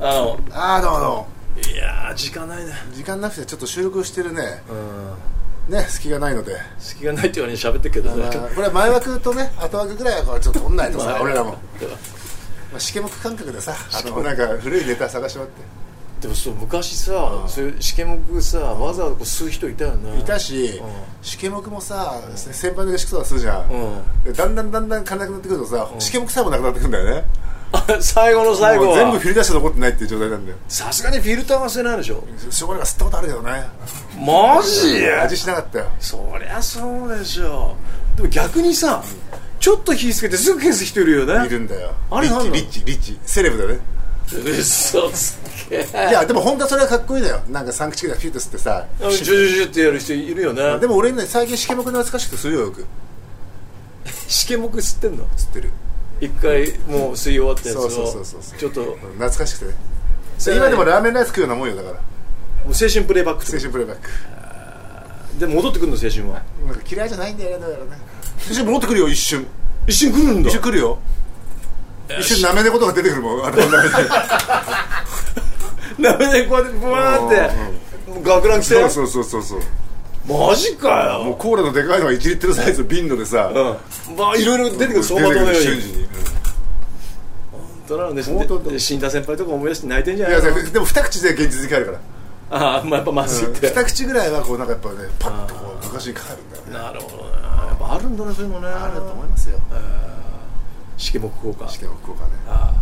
ああどうもどうもいやー時間ないね時間なくてちょっと収録してるねうんね隙がないので、隙がないって言われに喋ってるけどあねのーこれは前枠とね後枠ぐらいはこうちょっと取んないとさ俺らも、ではまあ、試験目感覚でさあのなんか古いネタ探しまってでもそう昔さそういう試験目さわざわざこう吸う人いたよねいたし、う試験目もさ、先輩の飯クソはするじゃん、うん でだんだんだんだん金なくなってくるとさ、試験目さえもなくなってくるんだよねあ最後の最後もうは全部フィルターして残ってないっていう状態なんだよさすがにフィルターが吸えないでしょしょうがないから吸ったことあるけどねマジ味しなかったよそりゃそうでしょでも逆にさちょっと火つけてすぐ消す人いるよねいるんだよあれリッチなんだリッチリッチセレブだね嘘つけ いやでも本当はそれはかっこいいだよなんか三口ぐらいフィット吸ってさジュジュジュってやる人いるよねでも俺ね最近試験目の懐かしくてするよよく試験目吸ってんの吸ってる一回もう吸い終わったやつをそうそうそうそうそうちょっとうん懐かしくてね今でもラーメンライス食うようなもんよだからもう青春プレイバックって青春プレイバックで戻ってくるの青春はなんか嫌いじゃないんだよねだからね一瞬戻ってくるよ一瞬一瞬来るんだ一瞬来るよ一瞬なめ猫とか出てくる もん頭の中でなめでこうやってブワーってもう学ラン来てそうそうそうそうそうマジかもうよコーラのでかいのが1リットルサイズの瓶のでさ、うんまあいろいろ出てくる相馬灯のよう瞬に時に、うん大人のね相当だで死んだ先輩とか思い出して泣いてんじゃいなやいのでも二口で現実に帰るからああまあやっぱまずいって二口ぐらいはこうなんかやっぱねパッとこう昔に帰るんだよねなるほどねやっぱあるんだねそういうのねああると思いますよ試験目効果試験をこうかねあ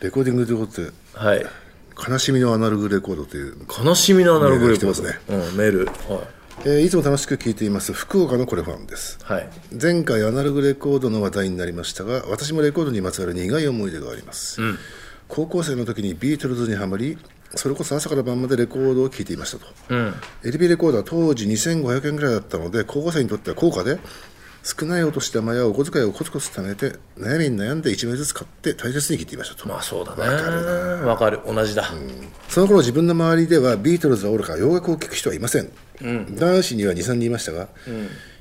レコーディングということであはい悲しみのアナログレコードという、悲しみのアナログレポートメールが来うんメールはえーいつも楽しく聞いています福岡のこれファンですいはい前回アナログレコードの話題になりましたが私もレコードにまつわる苦い思い出があります、高校生の時にビートルズにはまりそれこそ朝から晩までレコードを聴いていましたと、LP レコードは当時2500円ぐらいだったので高校生にとっては高価で少ないお年玉やお小遣いをコツコツ貯めて悩みに悩んで1枚ずつ買って大切に聴いていましたと、まあそうだねわかる同じだその頃自分の周りではビートルズはおろか洋楽を聴く人はいません、男子には23人いましたが、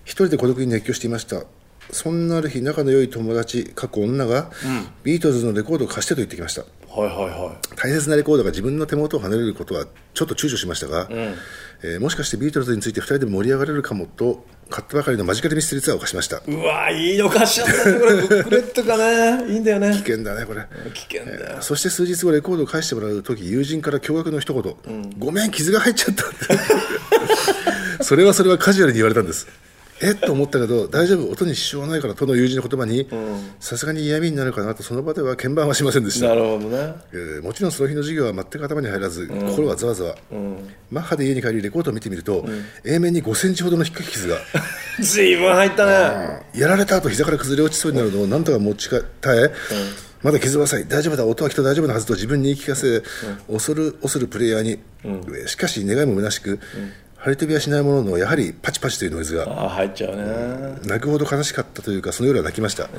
一人で孤独に熱狂していましたそんなある日仲の良い友達過去女が、ビートルズのレコードを貸してと言ってきましたはいはいは大切なレコードが自分の手元を離れることはちょっと躊躇しましたが、えーもしかしてビートルズについて2人で盛り上がれるかもと買ったばかりのマジカルミステリーツアーを貸しましたいうわいいお菓子だったねこれブックレットがねいいんだよね危険だねこれ危険だよそして数日後レコードを返してもらう時友人から驚愕の一言、ごめん傷が入っちゃった」って それはそれはカジュアルに言われたんですえっと思ったけど大丈夫音に支障はないからとの友人の言葉にさすがに嫌味になるかなとその場では鍵盤はしませんでした なるほどねえーもちろんその日の授業は全く頭に入らず、心はざわざわ、マッハで家に帰りレコードを見てみると、A 面に5センチほどの引っかき傷がずいぶん入ったねやられた後膝から崩れ落ちそうになるのをなんとか持ちか耐え、まだ傷は浅い大丈夫だ音はきっと大丈夫なはずと自分に言い聞かせ、恐る恐るプレイヤーに、えーしかし願いも虚しく、張り飛びはしないもののやはりパチパチというノイズがああ入っちゃうね泣くほど悲しかったというかその夜は泣きました、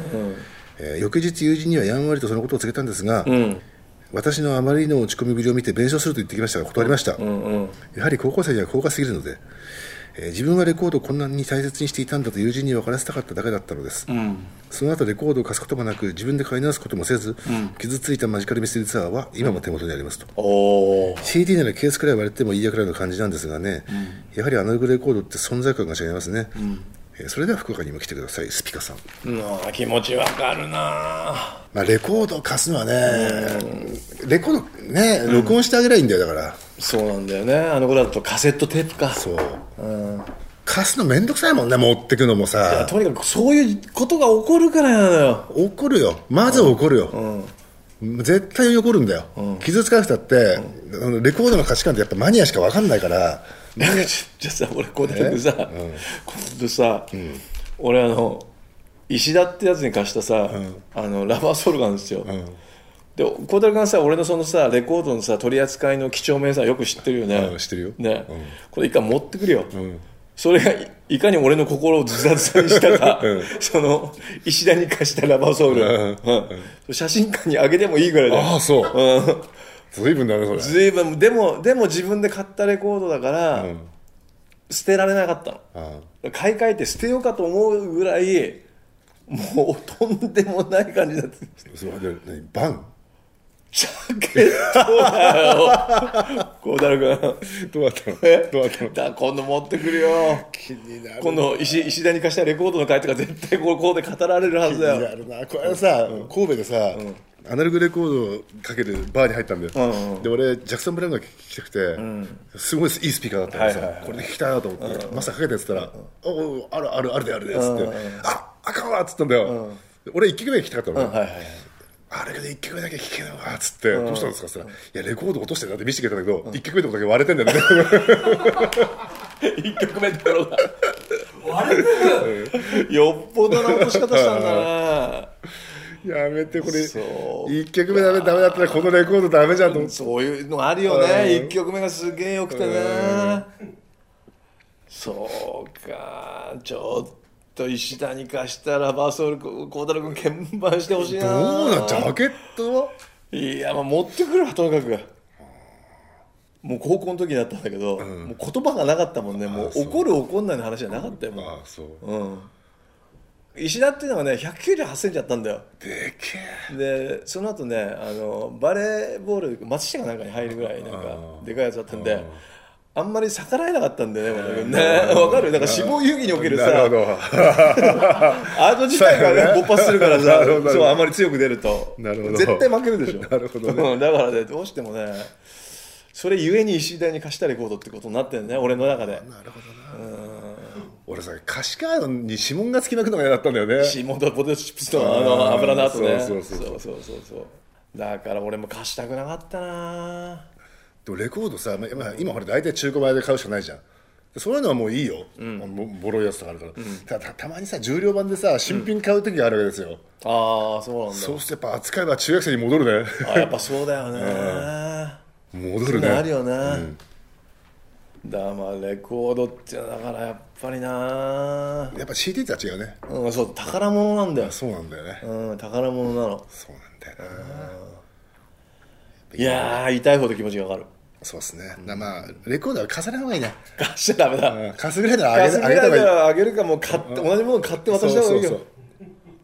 えー翌日友人にはやんわりとそのことを告げたんですが、私のあまりの落ち込みぶりを見て弁償すると言ってきましたが断りました、やはり高校生には高価すぎるので、えー自分はレコードをこんなに大切にしていたんだと友人に分からせたかっただけだったのです、その後レコードを貸すこともなく自分で買い直すこともせず、傷ついたマジカルミステリーツアーは今も手元にありますと、おお CD ならケースくらい割れてもいいやくらいの感じなんですがね、やはりアナログレコードって存在感が違いますね、えーそれでは福岡にも来てくださいスピカさん、な気持ちわかるなまあ、レコードを貸すのはね、レコードね録音してあげりゃいいんだよだから、そうなんだよねあの頃だとカセットテープかそう、貸すの面倒くさいもんね持ってくのもさとにかくそういうことが起こるからなのよ怒るよまず怒るよ、絶対怒るんだよ、傷つかなくたって、あのレコードの価値観ってやっぱマニアしか分かんないからなんかちょじゃあさ俺こうやってさ、今度さ、俺あの石田ってやつに貸したさ、あのラバーソルガンですよ、で孝太郎君さ俺のそのさレコードのさ取り扱いの貴重面さよく知ってるよね、うん知ってるよね、これ一回持ってくるよ、それがいいかに俺の心をずさずさにした か、その石田に貸したラバーソウル、うん写真館にあげてもいいぐらいだよあそううん随分だねそれずいぶんでもでも自分で買ったレコードだから、ん捨てられなかったのあ買い替えて捨てようかと思うぐらいもうとんでもない感じだったそうで何バンジャケットだ よ孝太郎どうだったのえどうだったの君だ今度持ってくるよ気になる今度石石田に貸したレコードの回とか絶対ここで語られるはず気だによなるなこれさ、神戸でさ、アナログレコードかけるバーに入ったんだよ、うんで俺ジャクソン・ブラウンが聴きたくて、すごいいいスピーカーだったからさ、はいはいはいこれで聴きたいなと思って、マスターかけたやつったら「おうおうあるあるあるであるで」っつって「ああかんわ」っつったんだよ、俺1曲目聴きたかったのね、はいはいあれで1曲目だけ聴けるのかっつって、どうしたんですかっつったら「いやレコード落としてるな」って見せてくれたんだけど、一1曲目のとこだけ割れてんだよね 一曲目のところがよっぽどな落とし方したんだなやめてこれそう1曲目ダメダメだったらこのレコードダメじゃんと思ってそういうのあるよね一曲目がすげえよくてねそうかちょっと石田に貸したらバーソウル孝太郎君鍵盤してほしいなどうなんジャケットはいやまあ持ってくるわとにかくもう高校の時だったんだけど、もう言葉がなかったもんねもうそう怒る怒んないの話じゃなかったよもうああそううん、石田っていうのがね198センチあったんだよでけえでその後ねあのバレーボール松下がなんかに入るぐらいなんかでかいやつだったんであんまり逆らえなかったんだよね小田君ね わかるなんか死亡遊戯におけるさなるほど アート自体そうがよね勃ね発するから なさるほどそうあまり強く出るとなるほど絶対負けるでしょ なるほどねうんだからねどうしてもねそれゆえに石田に貸したレコードってことになってるね俺の中でなるほどな俺さ歌詞カードに指紋がつきまくのが嫌だったんだよねシモンとポテトチップスとあのあー油の後ねそうそうそそうそうそうそうだから俺も貸したくなかったなでもレコードさ、まあまあ、今ほら大体中古前で買うしかないじゃんでそういうのはもういいよ、もボロいやつとかあるから、ただたたまにさ重量版でさ新品買う時があるわけですよ、ああそうなんだそうするとやっぱ扱いは中学生に戻るね あやっぱそうだよね、戻るねなるよな、だからまあレコードってだからやっぱりな、やっぱ CD とは違うねうん、そう宝物なんだよ、そうなんだよね、うん、宝物なのそうなんだよないやー痛いほど気持ちがわかるそうですね、だからまあレコードは貸さない方がいいね、貸しちゃダメだ、うん、貸すぐらいならあ貸げすあぐげたらい方がいないらあげるかもう買って、同じもの買って渡した方がいいよそうそう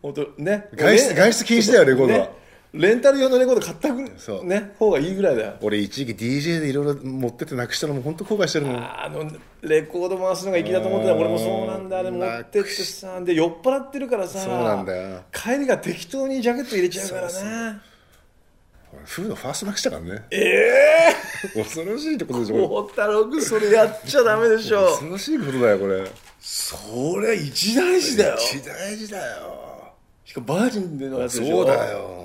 本当ね外出外出禁止だよレコードは、ねレンタル用のレコード買ったぐそうね方がいいぐらいだよ俺一時期 DJ でいろいろ持ってってなくしたのも本当後悔してるもんあのレコード回すのが粋だと思ってた俺もそうなんだあれ持ってってさで酔っ払ってるからさそうなんだよ帰りが適当にジャケット入れちゃうからね俺フードファーストなくしたからねええ恐ろしいってことでしー、ょ孝太郎君それやっちゃダメでしょ恐ろしいことだよこれそれ一大事だよ一大事だよしかもバージンでのやつでしょそうだよ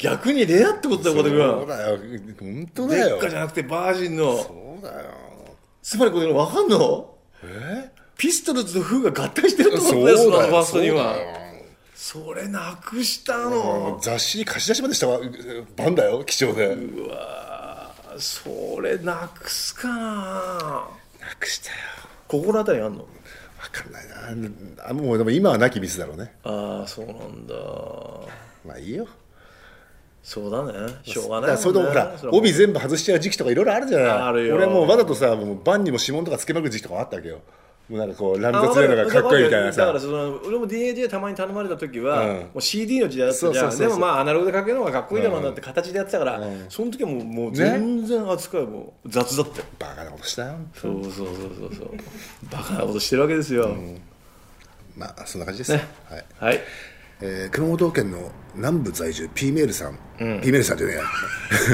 逆にレアってことだよそ小うだ手よ君本当だレよッカじゃなくてバージンのそうだよつまりこれ分かんのえピストルズとフーが合体してるってことそう思うんだよそのだよファーストにそうはだよそれなくしたの雑誌に貸し出しまでしたわ番だよ貴重でなうわーそれなくすかなくしたよ心当たりあんの分かんないなあもうでも今はなきミスだろうねああそうなんだまあいいよそうだねしょうがだないからそれともほら帯全部外しちゃう時期とかいろいろあるじゃないあるよ俺もうわざとさもうバンにも指紋とかつけまくる時期とかあったわけよもうなんかこう乱あ雑なのがかっこいいみたいなだからさその俺も DAJ でたまに頼まれた時は、うんもう CD の時代だったそうじそゃうそんうでそうもまあアナログでかけるのがかっこいいだろうなって形でやってたから、その時はもうもう全然扱いも雑だったよ、バカなことしたよそうそうそうそうそうバカなことしてるわけですよ、まあそんな感じです、ねはいはいえー熊本県の南部在住 P メールさん、P メールさんじゃねえや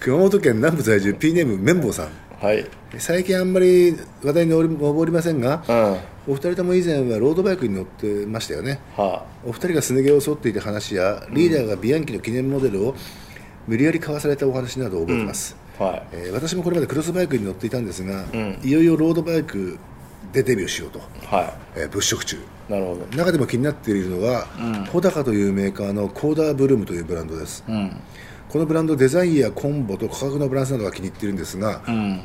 熊本県南部在住 P ネーム綿棒さんはい最近あんまり話題に上り上りませんが、うんはお二人とも以前はロードバイクに乗ってましたよねあお二人がすね毛を剃っていた話やリーダーがビアンキの記念モデルを無理やり買わされたお話などを覚えてます、はいえー私もこれまでクロスバイクに乗っていたんですが、いよいよロードバイクでデビューしようと、はえー物色中いなるほど中でも気になっているのが、ポダカというメーカーのコーダーブルームというブランドです、このブランドデザインやコンボと価格のバランスなどが気に入っているんですが、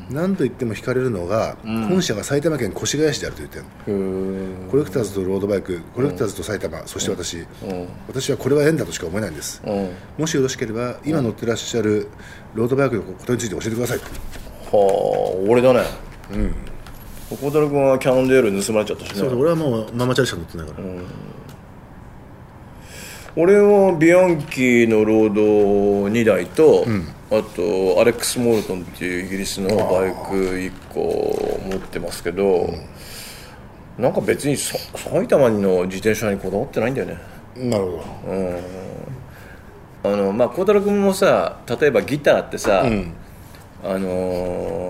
何と言っても惹かれるのが、本社が埼玉県越谷市であるという点うーんコレクターズとロードバイクコレクターズと埼玉、そして私、私はこれは縁だとしか思えないんです、うんもしよろしければ今乗ってらっしゃるロードバイクのことについて教えてくださいはあ俺だねうん孝太郎君はキャノンデール盗まれちゃったしね俺はもうママチャリしか乗ってないから、俺はビアンキのロード2台と、あとアレックス・モルトンっていうイギリスのバイク1個持ってますけど、なんか別にさ埼玉の自転車にこだわってないんだよねなるほど、あのまあ孝太郎君もさ例えばギターってさ、あの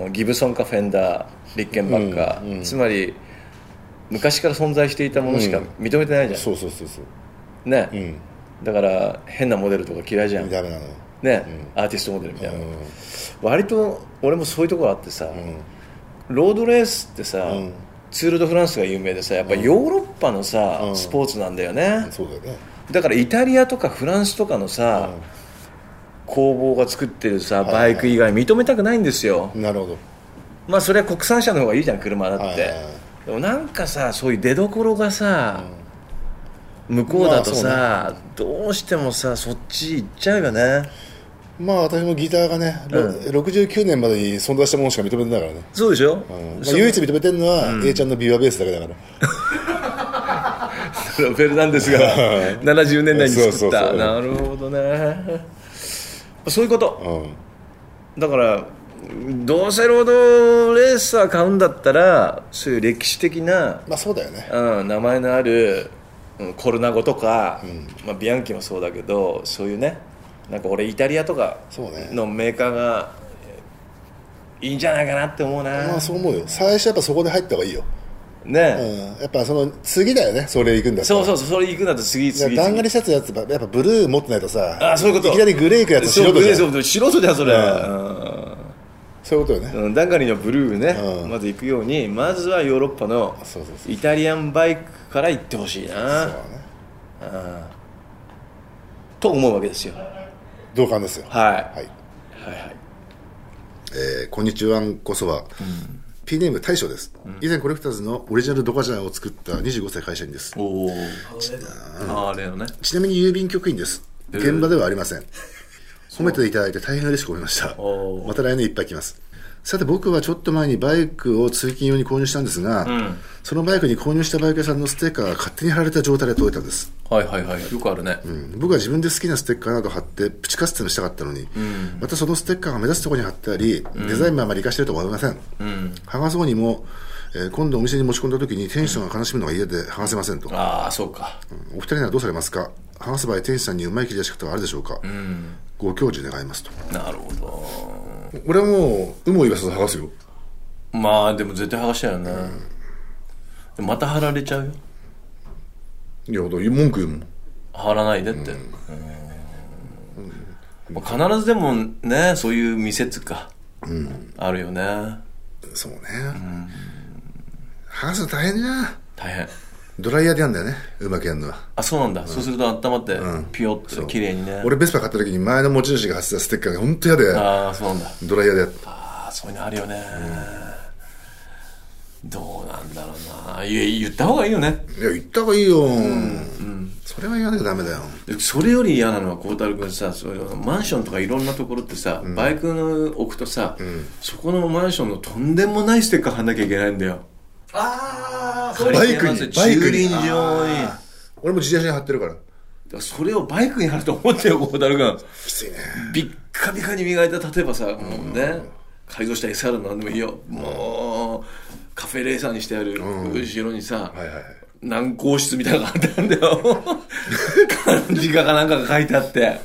ーギブソンかフェンダーリッケンバッカー、つまり昔から存在していたものしか認めてないじゃん、そうそうそうそうね、うんだから変なモデルとか嫌いじゃんね、ダメなのよアーティストモデルみたいな、うん割と俺もそういうところあってさ、ロードレースってさ、うんツール・ド・フランスが有名でさやっぱヨーロッパのさ、うんスポーツなんだよね、そうだよねだからイタリアとかフランスとかのさ、うん工房が作ってるさいはバいイク以外認めたくないんですよ、なるほどまあそれは国産車の方がいいじゃん車だって、はいはいはいでもなんかさそういう出どころがさ、向こうだとさ、まどうしてもさそっち行っちゃうよねまあ私もギターがね、ろ69年までに存在したものしか認めてないからね、そうでしょ、うんまあ、そう唯一認めてるのは、A ちゃんのビーバーベースだけだからロベルナンデスが 70年代に作ったそうそうそうなるほどねそういうことうんだからどうせロードレースは買うんだったらそういう歴史的な、まあそうだよねうん、名前のあるうんコルナゴとか、まあ、ビアンキもそうだけどそういうねなんか俺イタリアとかそうねのメーカーがいいんじゃないかなって思うなまあそう思うよ最初やっぱそこで入った方がいいよ、ね、うん、やっぱその次だよねそれ行くんだったそらうそうそうそれ行くんだと次だか次ら次段刈りシャツやつばやっぱブルー持ってないとさあそういうこときなりグレー行くやつそう白とじゃんそうそう素人じゃんそれ、そういうことよね、うん、ダンガリのブルーね、うんまず行くようにまずはヨーロッパのそうそうそうイタリアンバイクから行ってほしいなそうねと思うわけですよ同感ですよはい、ははい、いはいえーこんにちはんこそば、P ネーム大将です、以前コレクターズのオリジナルドカジャンを作った25歳会社員ですおおあれのねちなみに郵便局員です現場ではありません、褒めていただいて大変嬉しく思いましたおーまた来年いっぱい来ますさて僕はちょっと前にバイクを通勤用に購入したんですが、そのバイクに購入したバイク屋さんのステッカーが勝手に貼られた状態で届いたんですはいはいはいよくあるね、うん僕は自分で好きなステッカーなど貼ってプチカステのしたかったのに、またそのステッカーが目立つところに貼ってあり、デザインもあまり活かしてると思いません、剥がそうにも、えー今度お店に持ち込んだ時にテンションが悲しむのが嫌で剥がせませんと、ああそうかお二人ならどうされますか剥がす場合店主さんにうまい切り出し方はあるでしょうか、ご教授願いますとなるほど俺はもう有無を言わず剥がすよまあでも絶対剥がしちゃうよね、でまた貼られちゃうよいや文句言うもん貼らないでって、うんまあ必ずでもねそういう店っつうか、あるよねそうね、剥がすの大変じゃん大変ドライヤーでやんだよねうまくやるのはあそうなんだ、そうすると温まって、ピヨッと綺麗にね俺ベスパ買った時に前の持ち主が貼ってたステッカーが本当嫌でああそうなんだドライヤーでやったああそういうのあるよね、どうなんだろうないや言った方がいいよねいや、言った方がいいよ、それは言わなきゃダメだよ。でそれより嫌なのは孝太郎君さそういうのマンションとかいろんなところってさ、バイクの置くとさ、そこのマンションのとんでもないステッカー貼んなきゃいけないんだよあそれバイクにまずバイク駐に輪場にだか俺も自転車に貼ってるから。らそれをバイクに貼ると思ってよ孝太郎君きついね。ビッカビカに磨いた例えばさもうね改造した SR なんでもいいよもうカフェレーサーにしてある後ろにさ、はいはいはい。難航室みたいなのがあったんだよ漢字がかなんかが書いてあって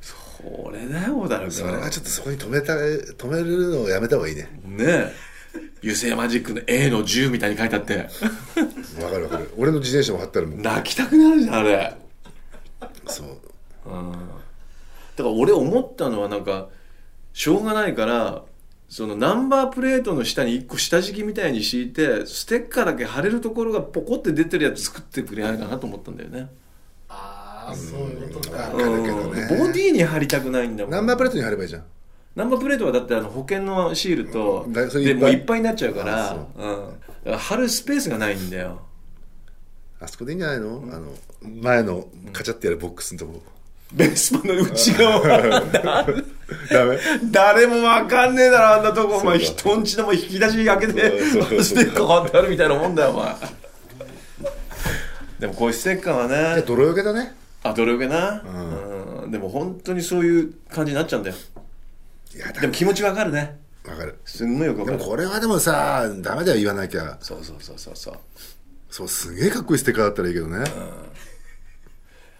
それだよだろうそれはねちょっとそこに止めた、止めるのをやめた方がいいね。え油性マジックの A の10みたいに書いてあってわかるわかる。俺の自転車も貼ったらもう、泣きたくなるじゃんあれだかそう。ら俺思ったのはなんかしょうがないからそのナンバープレートの下に1個下敷きみたいに敷いてステッカーだけ貼れるところがポコって出てるやつ作ってくれないかなと思ったんだよねあああそういうことわかかるけどうんね。ボディに貼りたくないんだもんナンバープレートに貼ればいいじゃん。ナンバープレートはだってあの保険のシールと、うんだそれいでっぱいもういっぱいになっちゃうかあらそううん、だから貼るスペースがないんだよあそこでいいんじゃないの、あの、前のカチャってやるボックスのとこ。ベースパンの内 側ダメ 誰もわかんねえだろあんなとこお前そうだ人んちのもう引き出し開けてそうそうそうステッカー貼ってあるみたいなもんだよお前でもこういうステッカーはね泥よけだね。あ努力な、うんでも本当にそういう感じになっちゃうんだよいやだでも気持ちわかるねわかるすんごいよくわでかもるこれはでもさダメだよ言わなきゃそうそうそうそうそうそうすげえかっこいいステッカーだったらいいけどね、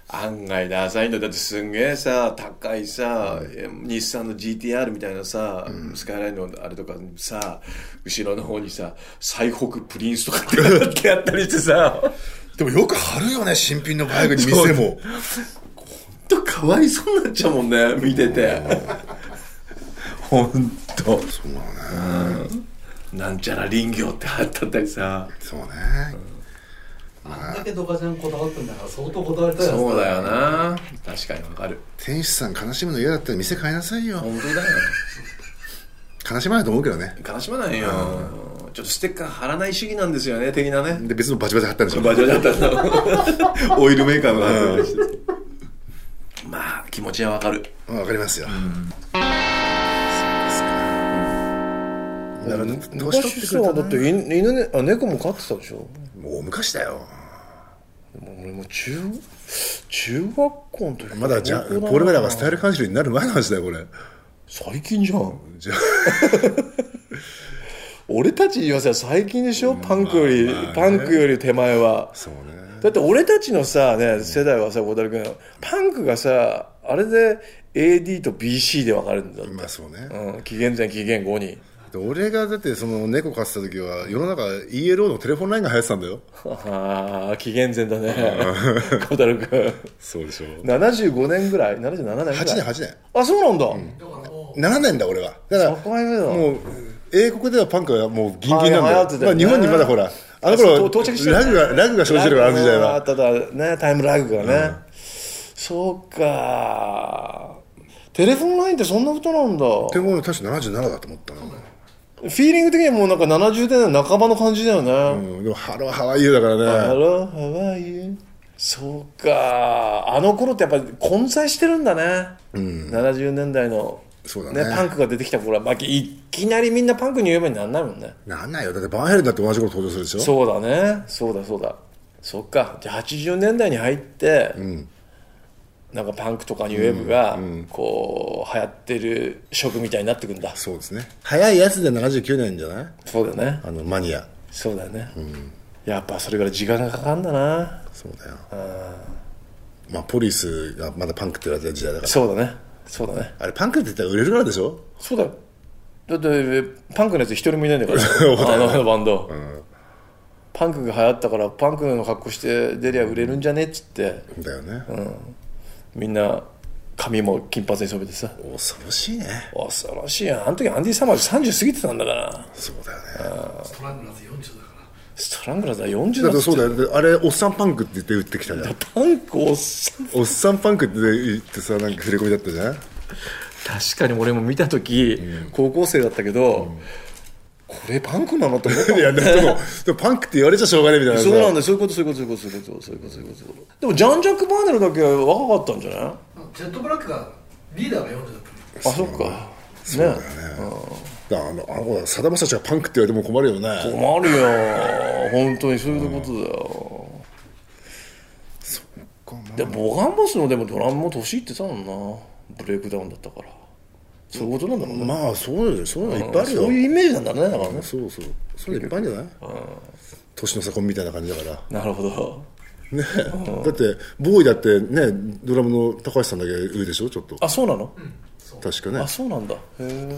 案外ダサいんだよだってすんげえさ高いさ、え日産の GTR みたいなさ、スカイラインのあれとかにさ後ろの方にさ最北プリンスとかってやったりして さでもよく貼るよね新品のバイクに店ほんもとかわいそうになっちゃうもんね見てて ほんとそうねなんちゃら林業ってあったったりさそうね、あんだけドカちゃんこだわってんだから相当こだわりたいそうだよな確かにわかる店主さん悲しむの嫌だったら店変えなさいよ本当だよ悲しまないと思うけどね悲しまないよちょっとステッカー貼らない主義なんですよね的なねで別のバチバチ貼ったんでしょバージョンだったのオイルメーカーの話でしたまあ気持ちはわかるうんわかりますよ、そうですかだから年取ってくるとね犬ねあ猫も飼ってたでしょもう昔だよ俺も中中学校の時まだじゃこれらはスタイル監修になる前の話だよこれ最近じゃんじゃ 俺たちに言わせば最近でしょパンクより、まあまあねパンクより手前はそうねだって俺たちのさ、ね、世代はさ小樽君パンクがさあれで AD と BC で分かるんだって、まあそうね、うん、紀元前紀元後にで俺がだってその猫飼ってた時は世の中 ELO のテレフォンラインが流行ってたんだよああ、紀元前だね。小太郎くん。そうでしょ8 75年ぐらい ?77 年ぐらい年8年あ、そうなんだ。 7年だ俺はだから境目だもう英国ではパンクはもうギンギンなはい流んだ行よってたよねまあ、日本にまだほらあのそ頃う到着してるラグがラグが生じてるからあの時代あはっただね、タイムラグがね。そうか。テレフォンラインってそんなことなんだ。でも確か77だと思ったな、フィーリング的にはもうなんか70年代半ばの感じだよね。うん、でもハローハワイユーだからね Hello, how are you? そうか。あの頃ってやっぱり混在してるんだね。70年代の。そうだねパンクが出てきた頃は、まあ、いきなりみんなパンクに言えばになんないもんねなんないよだってバンヘルンだって同じこと登場するでしょそうだねそうだそうだそっかじゃあ80年代に入って、なんかパンクとかニューウェーブが、こう流行ってる色みたいになってくんだそうですね早いやつで79年じゃないそうだねあのマニアそうだね、やっぱそれから時間がかかるんだなそうだよまあポリスがまだパンクって言われてた時代だからそうだねそうだねあれパンクって言ったら売れるからでしょそうだよだってパンクのやつ一人もいないんだ からあのあのバンド、パンクが流行ったからパンクの格好して出りゃ売れるんじゃねっつって、だよね、みんな髪も金髪に染めてさ恐ろしいね恐ろしいやんあの時アンディ・サマーズ30過ぎてたんだからそうだよねストラングラーズ40だからストラングラーズは40だだってそうだよよであれおっさんパンクって言って売ってきたじゃんパンクおっさんおっさんパンクって言ってさなんか振り込みだったじゃん 確かに俺も見た時、高校生だったけど、これパンクなのと思ったもんいやでもでもでもパンクって言われちゃしょうがないみたいなさ そうなんだよそういうことそういうことそういうことそういうことそういうことそういうことでもジャン・ジャック・バーネルだけは若かったんじゃないあジェットブラックがリーダーが40だったそっかそうだよねだからあのあの頃さだまさしがパンクって言われても困るよね困るよ本当にそういうことだよ、でボガンボスのでもドラムも年いってたもんなブレイクダウンだったからそういうことなんだもんね、まあそうだよそういうのいっぱいあるよ、そういうイメージなんだねだからねそうそうそういうのいっぱいあるんじゃない年の差婚みたいな感じだ からなるほどね、だってボーイだってねドラムの高橋さんだけ上でしょちょっとあそうなの、確かねあそうなんだへえ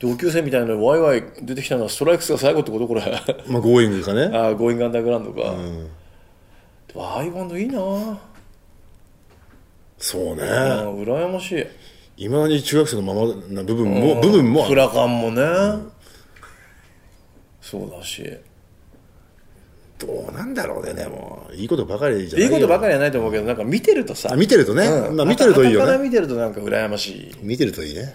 同級生みたいなのにワイワイ出てきたのはストライクスが最後ってことこれ あまあゴーイングかねーゴーイングアンダーグラウンドか、ワイバンドいいなそうねあー羨ましいいまだに中学生のままな部分も部分もあフるラカンもね、そうだしどうなんだろうねでもいいことばかりじゃないいいよことばかりはないと思うけどなんか見てるとさあ見てるとね、うんまあ見てるといいよ傍からね見てるとなんか羨ましい見てるといいね、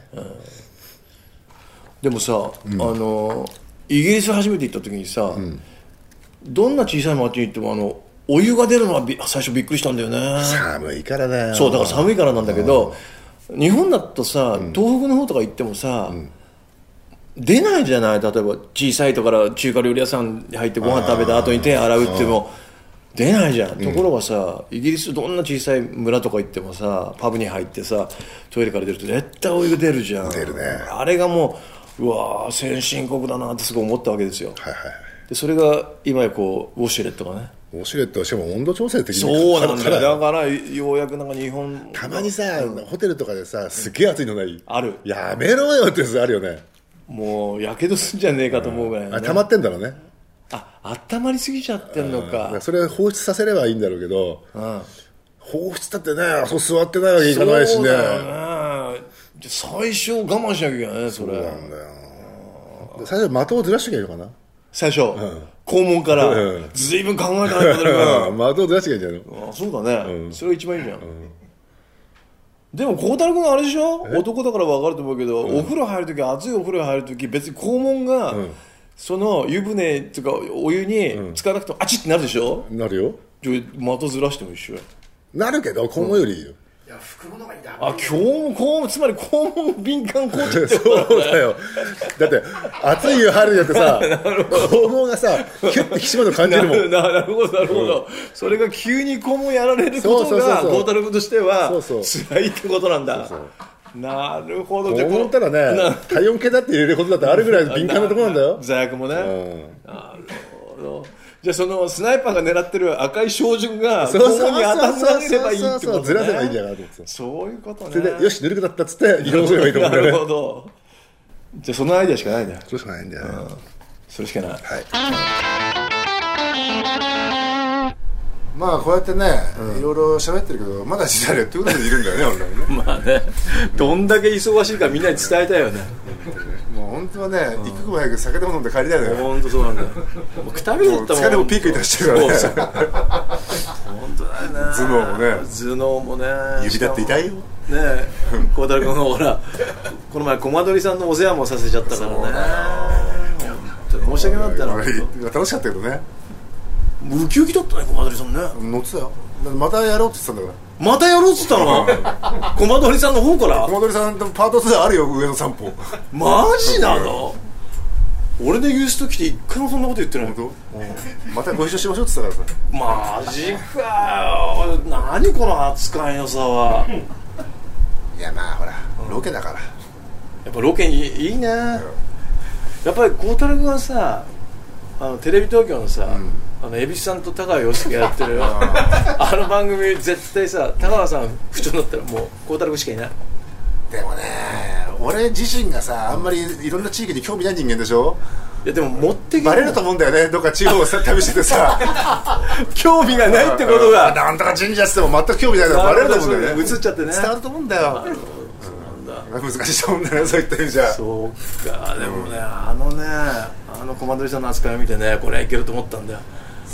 でもさ、あのイギリス初めて行った時にさ、どんな小さい町に行ってもあのお湯が出るのはび最初びっくりしたんだよね寒いからだよそうだから寒いからなんだけど、日本だとさ東北の方とか行ってもさ、出ないじゃない例えば小さいとこから中華料理屋さんに入ってご飯食べた後に手洗うっていうのも出ないじゃんところがさ、イギリスどんな小さい村とか行ってもさパブに入ってさトイレから出ると絶対お湯が出るじゃん出るねあれがもううわー先進国だなってすごい思ったわけですよはいはいはいでそれが今やこうウォシュレットがねウォシュレットはしかも温度調整的にそうなんだかよらだからようやくなんか日本たまにさ、ホテルとかでさすげえ暑いのない、あるやめろよってやつあるよねもうやけどすんじゃねえかと思うぐらいのあね溜まってんだろうねあ温まりすぎちゃってんのだかからそれを放出させればいいんだろうけど、放出だってねあそこ座ってないわけにいそかうないしねだよねじゃ最初我慢しなきゃいけないねそれなんだよ最初的をずらしときゃいいのかな最初、肛門から、うんずいぶん考えたね小鳥君 的をずらしときゃいいんじゃないのあそうだね、それが一番いいじゃん、でも孝太郎君あれでしょ男だから分かると思うけど、お風呂入るとき熱いお風呂入るとき別に肛門が、その湯船とかお湯につかなくてもあちってなるでしょなるよじゃ的ずらしても一緒よなるけど肛門よりいいよ、いや、拭くものがいいんだ。あ今日も肛門つまり肛門敏感コー チってそうだよだって熱い湯入るによってさ肛門がさキュッて引き締まるの感じなるもんるななるほどなるほど、それが急に肛門やられるこそとうそうそうがそう孝太郎君としてはそうそう辛いってことなんだなるほど肛門ったらなね体温計だって入れることだってあるぐらい敏感なところなんだよ罪悪もね、うんなるほどじゃあそのスナイパーが狙ってる赤い照準がそこうこそうそうに当たらなければいいってそうこそとうずらせばいいんじゃねないかと思ってたそういうことねそれでよしぬるくなったっつって移動すればいいと思うん だなよねるほどじゃあそのアイデアしかないねそれしかないんだよね、それしかないまあこうやってね、いろいろ喋ってるけどまだ時代やってことでいるんだよね俺らもねまあねどんだけ忙しいかみんなに伝えたいよねもう本当はね、一刻も早く酒でも飲んで帰りたいのよ本当そうなんだよもうくたびれたもん疲れもピークに達してるからねそうそう本当だよね頭脳もね頭脳もね指だって痛いよねえ孝太郎君のほらこの前コマ撮りさんのお世話もさせちゃったからね本当申し訳なかったな楽しかったけどねウキウキだったねコマ撮りさんね乗ってたよだってまたやろうって言ってたんだかまたやろうっつったのコマ撮りさんの方からら駒取さんとパート2あるよ上の散歩マジなの俺でユースと来て一回もそんなこと言ってない本当またご一緒しましょうって言ってたからさマジかよ何この扱いの差はいやまあほらロケだからやっぱロケにいいねやっぱり孝太郎君はさあのテレビ東京のさ、あの蛭子さんと高橋洋介がやって るあの番組絶対さ高橋さん不調になったらもう孝太郎君しかいないでもね俺自身がさあんまりいろんな地域に興味ない人間でしょいやでも持ってきてバレると思うんだよねどっか地方をさ旅してて さ興味がないってことがあなんとか神社っつっても全く興味ないからバレると思うんだよね映っちゃってね伝わると思うんだよ難しいと思うんだよねそういった意味じゃそうかでもね、あのねあのコマンドリさんの扱いを見てねこれはいけると思ったんだよ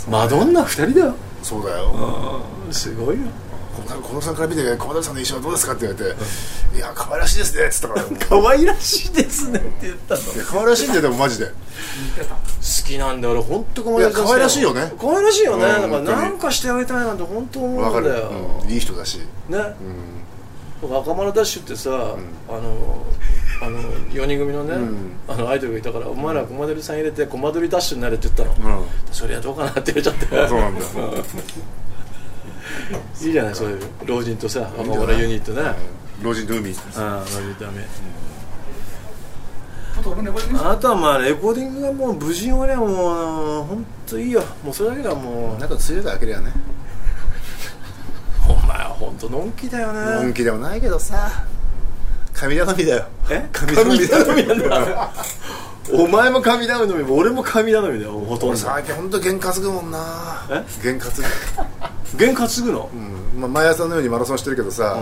マドンナ2人だよそうだよすごいよ小野さんから見て駒谷さんの印象はどうですかって言われて「いや可愛らしいですね」っつったから 「可愛らしいですねって言ったのいや可愛らしいんだよでもマジで好きなんだよ俺本当可愛いや可愛らしいよね可愛らしいよね、うんだから本当になんかしてあげたいなんて本当思わうかんだるよ、うんいい人だしね、僕赤丸ダッシュってさ、あのあの4人組のね、あのアイドルがいたから「お前らコマドリさん入れてコマドリダッシュになれ」って言ったの、そりゃどうかなって言われちゃってそうなんだ いいじゃないそういう老人とさ赤丸ユニットね、老人と海ああマジダメあと俺猫に。あとはまあレコーディングがもう無事に終わりゃもう本当いいよもうそれだけだもうなんかついでただけだよねお前は本当のんきだよね本気でもないけどさ神頼みだよえ神神頼頼みみだなんだお前も神頼み 俺も神頼みだよほとん俺ど最近本当験担ぐもんなえ験担ぐ験担ぐの、うんまあ毎朝のようにマラソンしてるけどさ、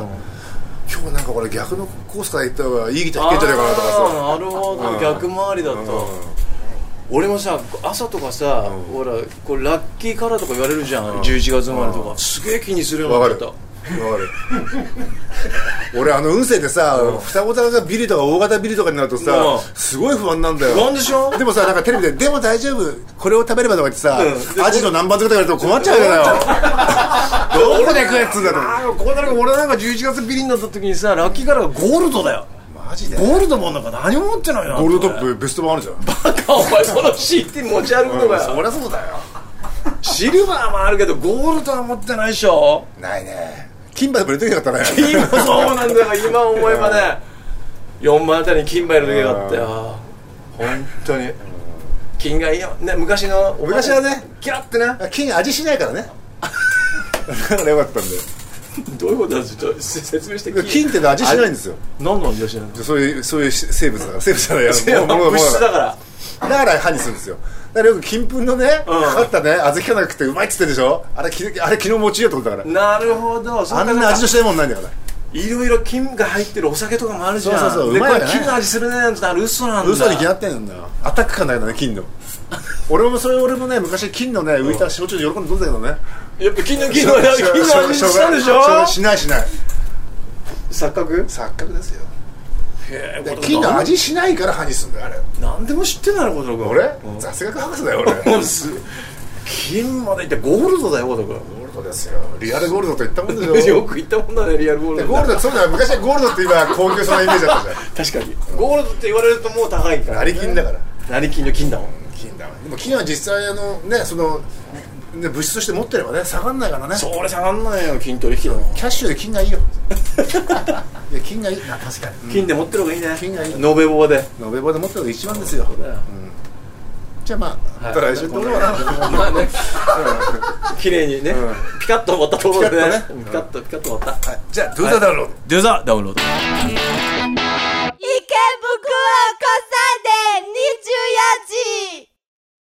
今日なんかこれ逆のコースから行った方がいいギター弾けんじゃないかなとかさあーなるほど、逆回りだと、俺もさ朝とかさ、ほらこれラッキーカラーとか言われるじゃん、11月生まれとか、すげえ気にするようにわなっかるてたわかる俺あの運勢でさ、双子座がビリとか大型ビリとかになるとさ、うんすごい不安なんだよ不安でしょでもさなんかテレビで「でも大丈夫これを食べれば」とか言ってさ、うんでアジの南蛮漬けとか言われても困っちゃうからよどこで食えっつうんだろああこうなる俺なんか11月ビリになった時にさラッキーカラーがゴールドだよマジでゴゴールドもなんか何も持ってないよールドトップベスト版あるじゃんバカお前その CT 持ち歩くのかよりゃそうだよシルバーもあるけどゴールドは持ってないでしょないね金歯でも入れときゃよかったね今そうなんだよ今思えばね4万あたりに金歯入れてよかったよ本当に金がいいよ、ね、昔の昔はねキラってね金味しないからねだからよかったんだよどういうことなんですかちょっと説明して金ってのは味しないんですよ何の味がしないのそういうそういう生物だから生物じゃないいやよもうもうもう物質だからだから歯にするんですよだからよく金粉のね、かかったね小豆がなくてうまいっつってんでしょあれきあれ昨日持ちいいよってことだからなるほどそあうかんな味のしないもんないんだからいろいろ金が入ってるお酒とかもあるじゃんそうそうそうでうまいよねこれ金の味するねなんてあれ嘘なんだ嘘に決まってんだよアタック感だけどね金の俺もそれ俺もね昔金のね浮いた焼酎で喜んで飲んだけどねやっぱ金の金の金の味したでしょそうしないしない錯覚錯覚ですよへで金の味しないから歯にするんだよあれ何でも知ってんだろ小田君俺雑学博士だよ俺ゴもうす金までいってゴールドだよ小田ールドですよリアルゴールドと言ったもんで君し ょよく言ったもんだねリアルゴールでドゴールドそうだよ昔はゴールドって今高級そうなイメージだったじ確かにゴールドって言われるともう高いかゃんら成金だから成金の金だもん金だわでも金は実際あのねそのね物質として持ってればね下がんないからねそれ下がんないよ金取引のキャッシュで金がいいよいや金がいいな確かに金で持ってる方がいいね金がいい延べ棒で延べ棒で持ってるのが一番ですようんじゃあまあまた来週どうだろうなまあね綺麗にねピカッと終わったところでねピカッとねピカッとピカッと終わったじゃあどうだろうデザダウンロード